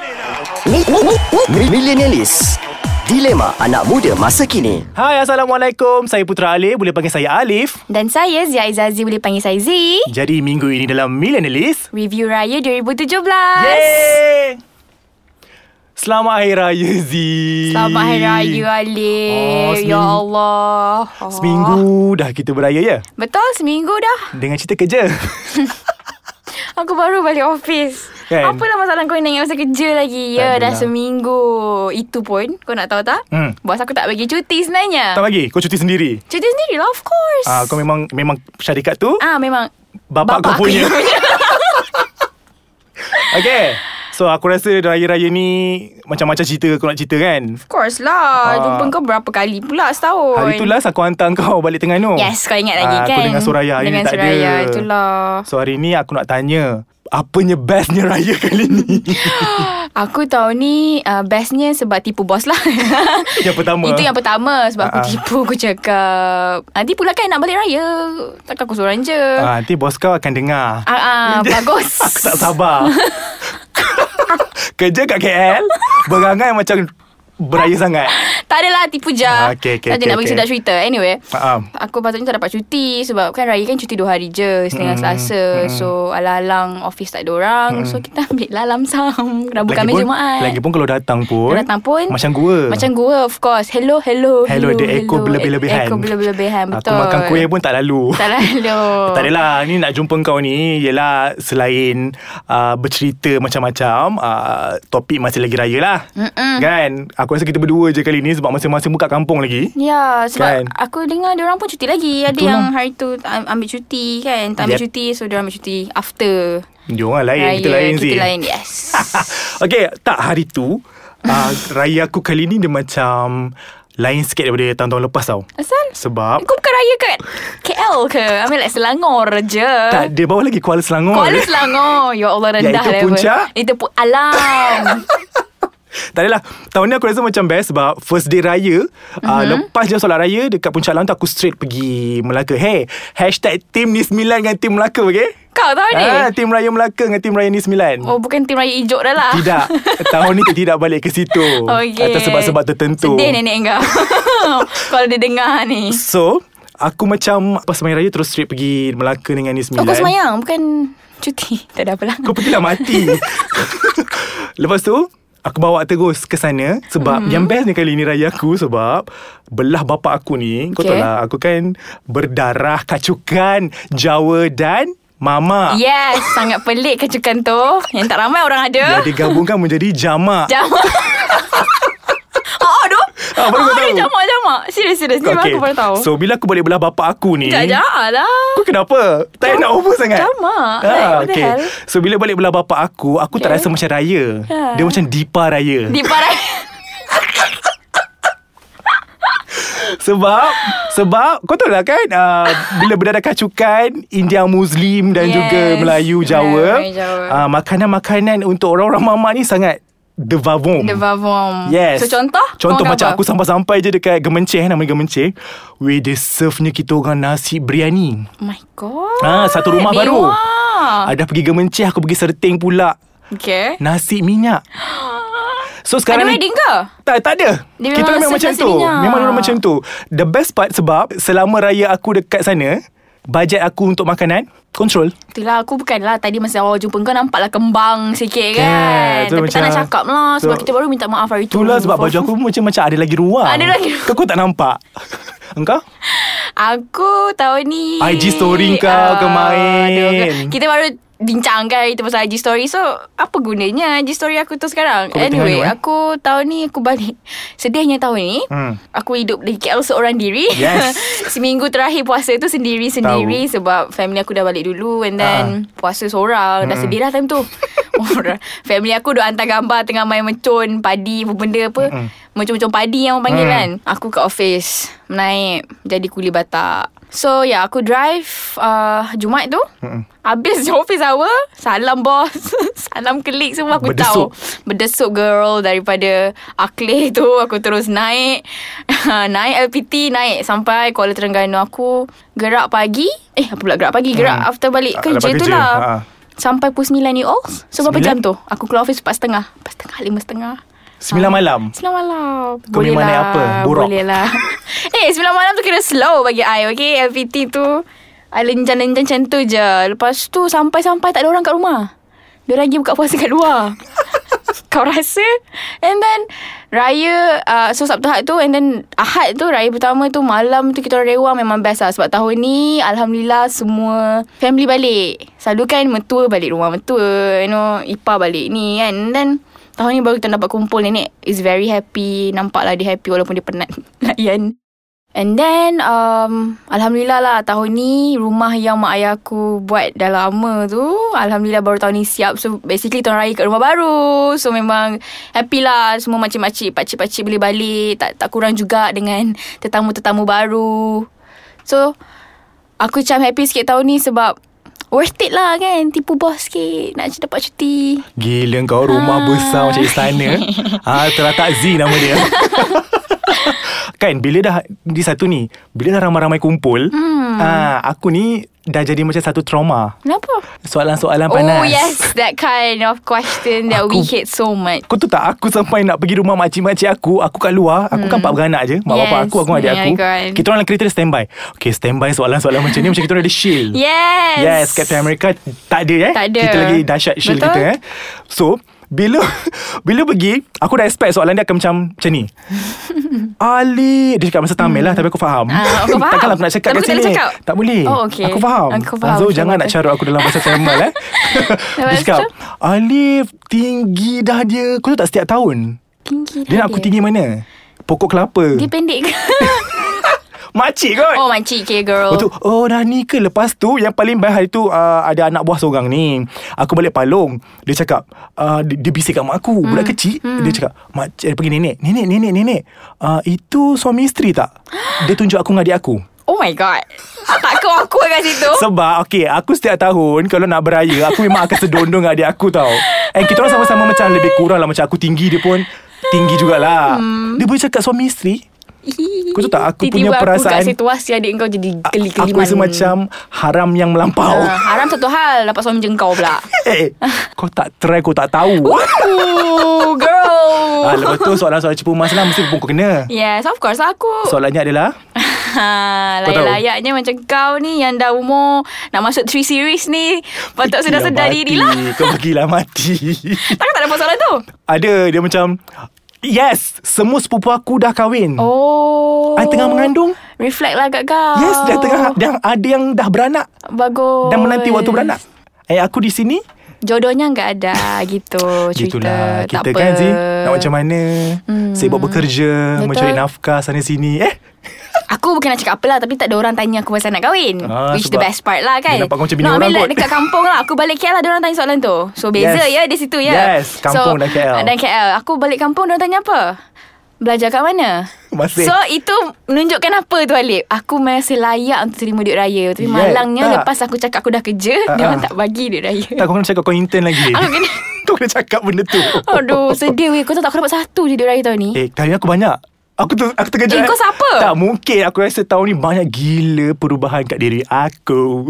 Mi- mi- mi- mi- Millenialis Dilema anak muda masa kini Hai, Assalamualaikum. Saya Putra Alif. Boleh panggil saya Alif. Dan saya Zia Izazi boleh panggil saya Z. Jadi, minggu ini dalam Millennialist. Review Raya 2017. Yeay! Selamat Hari Raya, Z. Selamat Hari Raya Alif. Oh, seminggu- ya Allah. Oh. Seminggu dah kita beraya, ya? Betul, seminggu dah. Dengan cerita kerja. Ya. Aku baru balik office. Kan? Apalah masalah kau nak ingat masa kerja lagi. Ya, Tak dah adalah. seminggu. Itu pun, kau nak tahu tak? Hmm. Bos aku tak bagi cuti sebenarnya. tak bagi? Kau cuti sendiri? Cuti sendiri lah, of course. Ah, kau memang memang syarikat tu Ah, memang. bapak, bapak kau punya. aku ya. punya. Okay. So, aku rasa raya-raya ni macam-macam cerita kau nak cerita, kan? Of course lah. Ah. Jumpa kau berapa kali pula setahun. Hari tu last aku hantar kau balik Terengganu. Yes, kau ingat lagi Ah, kan? Aku dengan Soraya hari Dengan ni tak Soraya, ada. itulah. So hari ni aku nak tanya, apanya bestnya raya kali ni? Aku tahu ni uh, bestnya sebab tipu bos lah. Yang pertama. Itu yang pertama sebab Ah, aku ah. tipu aku cakap. Nanti pula kan nak balik raya. Takkan aku seorang je. Ah ah, nanti bos kau akan dengar. ah bagus. aku tak sabar. Kerja kat KL, berangai macam beraya sangat. Tak adalah tipu je. Ah, okey, okey, tak okey, je nak okey. bagi Ah, sedap cerita. Anyway. Faham. Aku patutnya tak dapat cuti Sebab kan raya kan cuti dua hari je Setengah Mm-mm, hmm. selasa So alang-alang Office tak ada orang So kita ambil lah lamsam Rabu Lagipun- Khamis Jumaat Lagipun kalau datang pun, Kau datang pun macam gua. Macam gua of course Hello hello Hello, hello dia ekor hello. berlebih-lebihan. Ekor berlebih-lebihan Aku betul makan kuih pun tak lalu. Tak lah, lalu Tak lah. adalah Ni nak jumpa kau ni Ialah selain uh, Bercerita macam-macam uh, Topik masih lagi raya lah Mm-mm. Kan Aku rasa kita berdua je kali ni Sebab masing-masing buka kampung lagi Ya sebab Kan? aku dengar dia orang pun cuti lagi Ada Betul yang lah. hari tu tak ambil cuti kan Tak ambil Yep. cuti so dia orang ambil cuti after Dia orang lah, lain Raya Kita lain Kita Zee. lain yes Okay Tak hari tu uh, Raya aku kali ni dia macam Lain sikit daripada tahun-tahun lepas tau Asal? Sebab Kau bukan raya kat KL ke? Ambil like Selangor je Tak dia bawa lagi Kuala Selangor Kuala Selangor Ya Allah rendah Iaitu level puncak. Itu pun alam Tak adalah Tahun ni aku rasa macam best Sebab first day raya mm-hmm. Mhm. uh, Lepas je solat raya Dekat Puncak Lang tu Aku straight pergi Melaka Hey Hashtag Tim Ni 9 dengan Tim Melaka okay? Kau tahu Oh, ni? Ah, Tim Raya Melaka dengan Tim Raya Ni 9 Oh bukan tim raya hijau dah lah Tidak Tahun ni kita tidak balik ke situ Oh, Okey. Atas sebab-sebab tertentu Sedih nenek kau Kalau dia dengar ni So Aku macam Pas semayang raya Terus straight pergi Melaka dengan Ni 9 Oh kau semayang Bukan cuti Tak ada apa lah Kau pergilah mati Lepas tu Aku bawa terus ke sana Sebab Hmm. mm-hmm. yang bestnya kali ni raya aku Sebab Belah bapa aku ni Kau Okay. tahu lah Aku kan Berdarah kacukan Jawa dan Mama Yes Sangat pelik kacukan tu Yang tak ramai orang Yang ada digabungkan menjadi jamak Jamak Oh tu Ah, baru kau Oh dia tahu. jamak-jamak Serius serius Ni baru aku baru tahu So bila aku balik belah bapa aku ni Jamak lah Kau kenapa? Tak nak over sangat Jamak. Ah, Like, what the okay. hell? So bila balik belah bapa aku Aku tak Okay. rasa macam raya Ha. Dia macam dipa raya Di parai Sebab Sebab Kau tahu lah kan uh, Bila berdarah kacukan India Muslim Dan yes. Yes. juga Melayu Jawa, Melayu, Jawa. Uh, Makanan-makanan Untuk orang-orang mama ni Sangat Devavum The Vavom Yes So contoh Contoh Kau makan macam apa? aku sampai-sampai je Dekat Gemenceh Nama dia Gemenceh Weh dia serve-nya kita orang Nasi biryani Oh my god Ah, satu rumah Mewah. baru. Ah. Ada pergi Gemenceh Aku pergi Serting pula Okay Nasi minyak So Ada sekarang ni- wedding ke? tak, tak ada. Dia kita memang memang macam serve nasi tu. minyak. Memang orang macam tu. The best part sebab selama raya aku dekat sana, bajet aku untuk makanan control. Itulah aku bukan lah Tadi masa awal jumpa kau Nampak lah kembang sikit kan tu Tapi macam- tak nak cakap lah Sebab tu- kita baru minta maaf hari tu Itulah sebab baju aku macam macam ada lagi ruang. Oh. Ada lagi ruang. Kau, kau tak nampak. Engkau? Aku tahun ni IG story kau, Ah, kemarin. aduh, kau- Kita baru bincang kan Itu pasal IG story So apa gunanya IG story aku tu sekarang Kau kat Anyway Terengganu, eh? aku tahun ni Aku balik Sedihnya tahun ni Hmm. Aku hidup di KL seorang diri Yes. Seminggu terakhir puasa tu Sendiri-sendiri Sebab family aku dah balik dulu And then Ah. Puasa seorang Dah sedih lah time tu Orang- Family aku duk hantar gambar Tengah main mencun Padi apa benda apa Mencun-mencun padi yang orang panggil Mm. kan Aku kat office Menaik Jadi kuli batak So ya yeah, aku drive uh, Jumaat tu Mm-mm. Habis office hour Salam bos Salam kelik semua aku Berdesuk. tahu Berdesuk girl Daripada Akleh tu Aku terus naik Naik LPT Naik sampai Kuala Terengganu Aku Gerak pagi Eh apa pula gerak pagi Gerak Hmm. after Ah, balik kerja lepas tu kerja, lah ha. Sampai pukul 9 ni all So berapa Sembilan? jam tu Aku keluar office 4 setengah 4 setengah 5 setengah Sembilan malam? Sembilan malam Kau main mana apa? Borok? Boleh lah Eh sembilan malam tu kira slow bagi I Okay LPT tu I lenjan-lenjan macam tu je Lepas tu sampai-sampai tak ada orang kat rumah Dia lagi buka puasa kat luar Kau rasa And then Raya uh, So Sabtu Ahad tu And then Ahad tu Raya pertama tu Malam tu kita orang rewang Memang best lah Sebab tahun ni Alhamdulillah semua Family balik Selalu kan Metua balik rumah Metua You know Ipa balik ni kan And then Tahun ni baru kita dapat kumpul Nenek is very happy Nampak lah dia happy Walaupun dia penat Layan And then um, Alhamdulillah lah Tahun ni Rumah yang mak ayah aku Buat dah lama tu Alhamdulillah baru tahun ni siap So basically tahun raya kat rumah baru So memang Happy lah Semua makcik-makcik Pakcik-pakcik boleh balik Tak tak kurang juga Dengan tetamu-tetamu baru So Aku macam happy sikit tahun ni Sebab Worth it lah kan Tipu bos sikit Nak dapat cuti Gila kau Ah. rumah besar macam istana. ah, terletak Z nama dia. kan bila dah di satu ni, bila dah ramai-ramai kumpul, hmm. ah, aku ni dah jadi macam satu trauma. Kenapa? Soalan-soalan panas. Oh yes, that kind of question that we hate so much. Kau tahu tak aku sampai nak pergi rumah makcik-makcik aku Aku kat luar Aku hmm. kan empat beranak je Mak yes. Yes. bapak aku Aku dengan adik Oh my aku God. Kita orang dalam kereta dia standby Okay standby soalan-soalan macam ni Macam kita orang ada shield Yes. Yes Captain America Tak ada eh Tak ada. Kita lagi dahsyat shield Betul. kita eh So bila bila pergi Aku dah expect soalan dia akan macam Macam ni Ali Dia cakap masa Tamil lah Tapi aku faham Ah, kau faham. Takkan lah aku nak cakap kat Tapi kau tak sini boleh cakap. Tak boleh Oh, okay. Aku faham Aku faham. Azul jangan nak carut aku dalam bahasa Tamil eh Dia Lepas cakap tu? Alif tinggi dah dia Kau tahu tak setiap tahun Tinggi Dia nak aku tinggi mana Pokok kelapa Dia pendek ke? Makcik kot oh makcik okay girl. Lepas tu Oh dah ni ke Lepas tu Yang paling best hari tu uh, Ada anak buah seorang ni Aku balik Palong Dia cakap uh, dia, dia bisik kat mak aku Budak Hmm. kecil Dia cakap mak, eh, Pergi nenek Nenek nenek nenek uh, Itu suami isteri tak Dia tunjuk aku dengan adik aku Oh my god. Tak kau aku kat situ. Sebab okay Aku setiap tahun Kalau nak beraya Aku memang akan sedondong dengan adik aku tau And kita orang sama-sama macam Lebih kurang lah Macam aku tinggi dia pun Tinggi jugalah Dia boleh cakap suami isteri Kau tahu tak Aku punya Hmm. Tiba-tiba perasaan aku kat situasi adik kau jadi a- geli-geliman. Aku rasa macam Haram yang melampau Ah, haram satu hal dapat suami jengkau pula. Eh, kau tak try kau tak tahu. Oh, Ooh, girl. ah, lepas tu soalan-soalan cepu mas lah mesti pun kau kena. Yes, of course lah aku. Soalannya adalah Ha, Kau tahu? layak-layaknya macam kau ni yang dah umur nak masuk 3 series ni. pergilah Patut Ah, sedar-sedar mati. diri lah. Kau pergilah mati. Takkan tak dapat soalan tu? Ada dia macam Yes, semua sepupu aku dah kahwin. Oh. I tengah mengandung. Reflect lah kat kau. Yes, dah tengah dah ada yang dah beranak Bagus. dan menanti waktu beranak. Eh aku di sini Jodohnya enggak ada gitu cerita. Gitulah tak Kita apa. kan Zee Nak macam mana hmm. Sibuk bekerja Betul. Mencari nafkah sana sini Eh Aku bukan nak cakap apa lah Tapi tak ada orang tanya aku pasal nak kahwin Ah, Which the sebab best part lah kan dia nampak kau macam bini No, orang I mean like kot. Dekat kampung lah Aku balik KL lah Dia orang tanya soalan tu So beza Yes. ya Di situ ya Yes, kampung dan KL. Dan KL Aku balik kampung Dia orang tanya apa Belajar kat mana Masih. So itu Menunjukkan apa tu Alip Aku masih layak Untuk terima duit raya Tapi Yes, malangnya tak. Lepas aku cakap aku dah kerja Ah, Dia orang ah. tak bagi duit raya Tak kau kena cakap kau intern lagi Aku kena- Kau kena cakap benda tu Aduh sedih weh Kau tahu tak aku dapat satu je duit raya tahun ni Eh, tahun ni aku banyak. Aku tu aku terkejut. Eh, kau siapa? Tak mungkin. Aku rasa tahun ni banyak gila perubahan kat diri aku.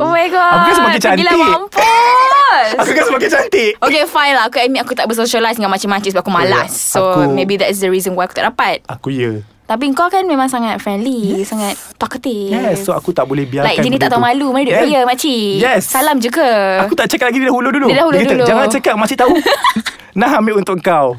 Oh my god Aku kan semakin Kau cantik. Gila mampus Aku kan semakin cantik. Okay fine lah Aku admit aku tak bersocialize Dengan macam-macam Sebab aku malas So Oh, ya. Aku- maybe that's the reason Why aku tak dapat Aku ya. Tapi kau kan memang sangat friendly yes. Sangat talkative Yes, so aku tak boleh biarkan Like jenis benda tak tahu tu. malu Mana duit Yes. raya makcik Yes. Salam je ke Aku tak cakap lagi dia dah hulu dulu. Dia dah hulur kata, dulu. Jangan cakap masih tahu. nah ambil untuk kau.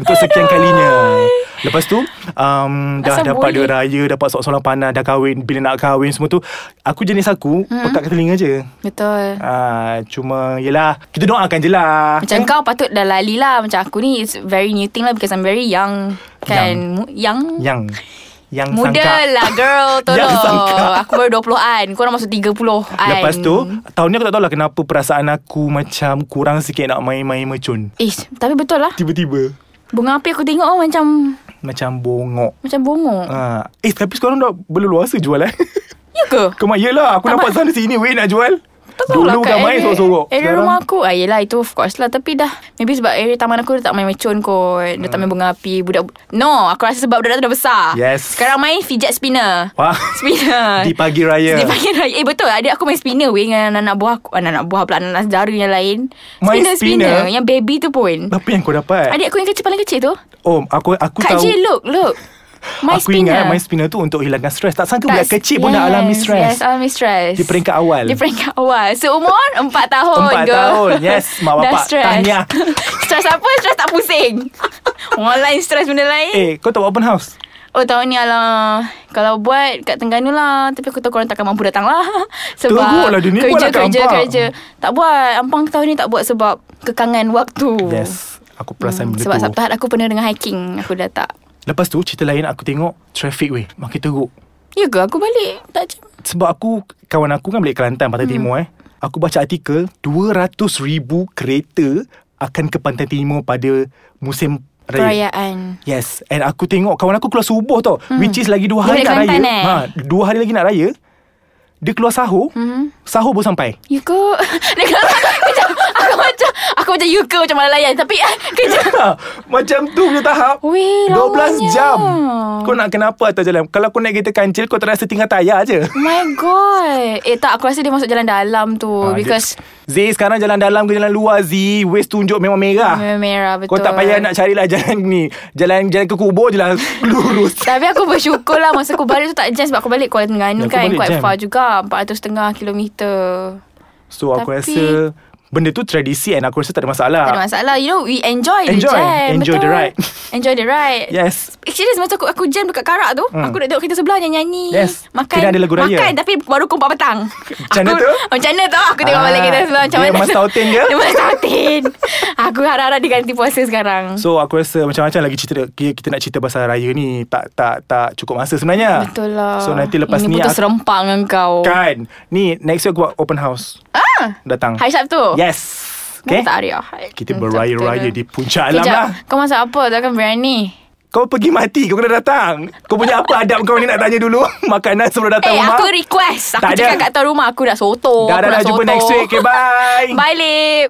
Untuk sekian kalinya. Lepas tu um, Dah Asal dapat duit boleh? raya Dapat soalan-soalan panas Dah kahwin Bila nak kahwin semua tu Aku jenis aku Hmm. mm-hmm. Pekat kat telinga je Betul Ah, Cuma Yelah Kita doakan je lah Macam Eh? kau patut dah lali lah Macam aku ni It's very new thing lah Because I'm very young Kan Mu- Young, Yang Yang Muda sangka lah girl Tolong Yang sangka. Aku baru 20-an Korang masuk 30-an Lepas tu Tahun ni aku tak tahu lah Kenapa perasaan aku Macam kurang sikit Nak main-main mercun Ish, tapi betul lah Tiba-tiba Bunga api aku tengok oh, macam Macam bongok Macam bongok ha. Eh tapi sekarang dah Berleluasa jual eh Ya ke? Kau mak yelah Aku Tak nampak ma- sana sini Weh nak jual Tak tahu lah Dulu kat kan main area- sorok-sorok Area rumah aku ah, Yelah itu of course lah Tapi dah Maybe sebab area taman aku Dia tak main mecun kot Dia tak Ah. main bunga api Budak No Aku rasa sebab budak tu dah besar Yes. Sekarang main fidget spinner Wah. Spinner Di pagi raya. Di pagi raya Eh betul Adik aku main spinner weh Dengan anak-anak buah aku Anak-anak buah pula Anak-anak saudara yang lain Main Spinner-spinner spinner? Yang baby tu pun Apa yang kau dapat? Adik aku yang kecil paling kecil tu Oh, aku Eh. aku Kak tahu. J look Look My aku spinner ingat main spinner tu untuk hilangkan stres. Tak sangka budak Tak- kecil pun dah alami stres. Yes alami stres Di peringkat awal. Di peringkat awal Seumur 4 tahun Empat girl. tahun. Yes, mak Dah bapak. stres. Tahniah. Stres apa? Stres tak pusing Orang lain stres benda lain Eh, kau tak buat open house? Oh tahun ni alah Kalau buat kat Tengganu lah Tapi aku tahu korang takkan mampu datang lah Sebab Teruk lah, dia ni buat kerja, lah kat kerja, Ampang. kerja Tak buat Ampang tahun ni tak buat sebab Kekangan waktu Yes. Aku perasan benda Hmm, Sebab tu. Sabtu Ahad aku penuh dengan hiking Aku dah tak Lepas tu, cerita lain aku tengok, traffic weh. Makin teruk. Ya ke aku balik Tak macam Sebab aku Kawan aku kan balik Kelantan Pantai hmm. Timur eh Aku baca artikel 200 ribu kereta Akan ke Pantai Timur pada Musim Raya Perayaan Yes And aku tengok Kawan aku keluar subuh tau hmm. Which is lagi dua hari Dia balik nak raya Kelantan, eh? ha, Dua hari lagi nak raya Dia keluar sahur hmm. Sahur baru sampai You Ya ke Dia kata Kejap Aku macam Aku macam you ke Macam malalayan Tapi ah, Kejap ha, Macam tu punya tahap Weh, 12 lamanya. jam Kau nak kenapa atas jalan Kalau kau naik kereta kancil Kau terasa tinggal tayar je Oh my god Eh tak aku rasa dia masuk jalan dalam tu Ah, ha, Because Z sekarang jalan dalam ke jalan luar Z Waze tunjuk memang merah Memang merah, Ya, betul. Ah, Kau tak payah nak carilah jalan ni Jalan jalan ke kubur je lah Lurus Tapi aku bersyukur lah Masa aku balik tu tak jam Sebab aku balik Kuala Ya, Tengganu aku kan balik Quite jam. far juga 400 kilometer So aku Tapi- rasa Benda tu tradisi And aku rasa tak ada masalah Tak ada masalah You know we Ah. enjoy, Enjoy. the jam Enjoy betul? the ride. Ya. Enjoy the ride Yes Actually masa aku, aku jam dekat Karak tu hmm. Aku nak tengok kereta sebelah yang nyanyi Ah. Yes. Makan Kena ada lagu raya. Makan tapi baru pukul 4 petang Macam mana Aku- tu? Macam mana tu Aku tengok Ah, balik kereta sebelah Macam dia mana mas tu? tautin ke? Dia mas tautin Aku harap-harap dia ganti puasa sekarang So aku rasa macam-macam lagi cerita kita, kita nak cerita pasal raya ni tak tak tak cukup masa sebenarnya. Betul lah ah. So nanti lepas Ini ni putus serempak dengan kau kan. Ni next week aku buat open house. Ah. Datang. Hari Sabtu Yes. Okay. okay. Tak hari Ahad Ya, Kita Hmm, beraya-raya betul. di puncak alam Kejap lah. Kau masak apa Takkan berani Kau pergi mati Kau kena datang Kau punya apa adab kau ni Nak tanya dulu Makanan sebelum datang Eh rumah aku request Aku Tak ada. cakap kat tuan rumah Aku nak soto Dah aku dah nak dah jumpa soto. next week Okay bye Bye Lip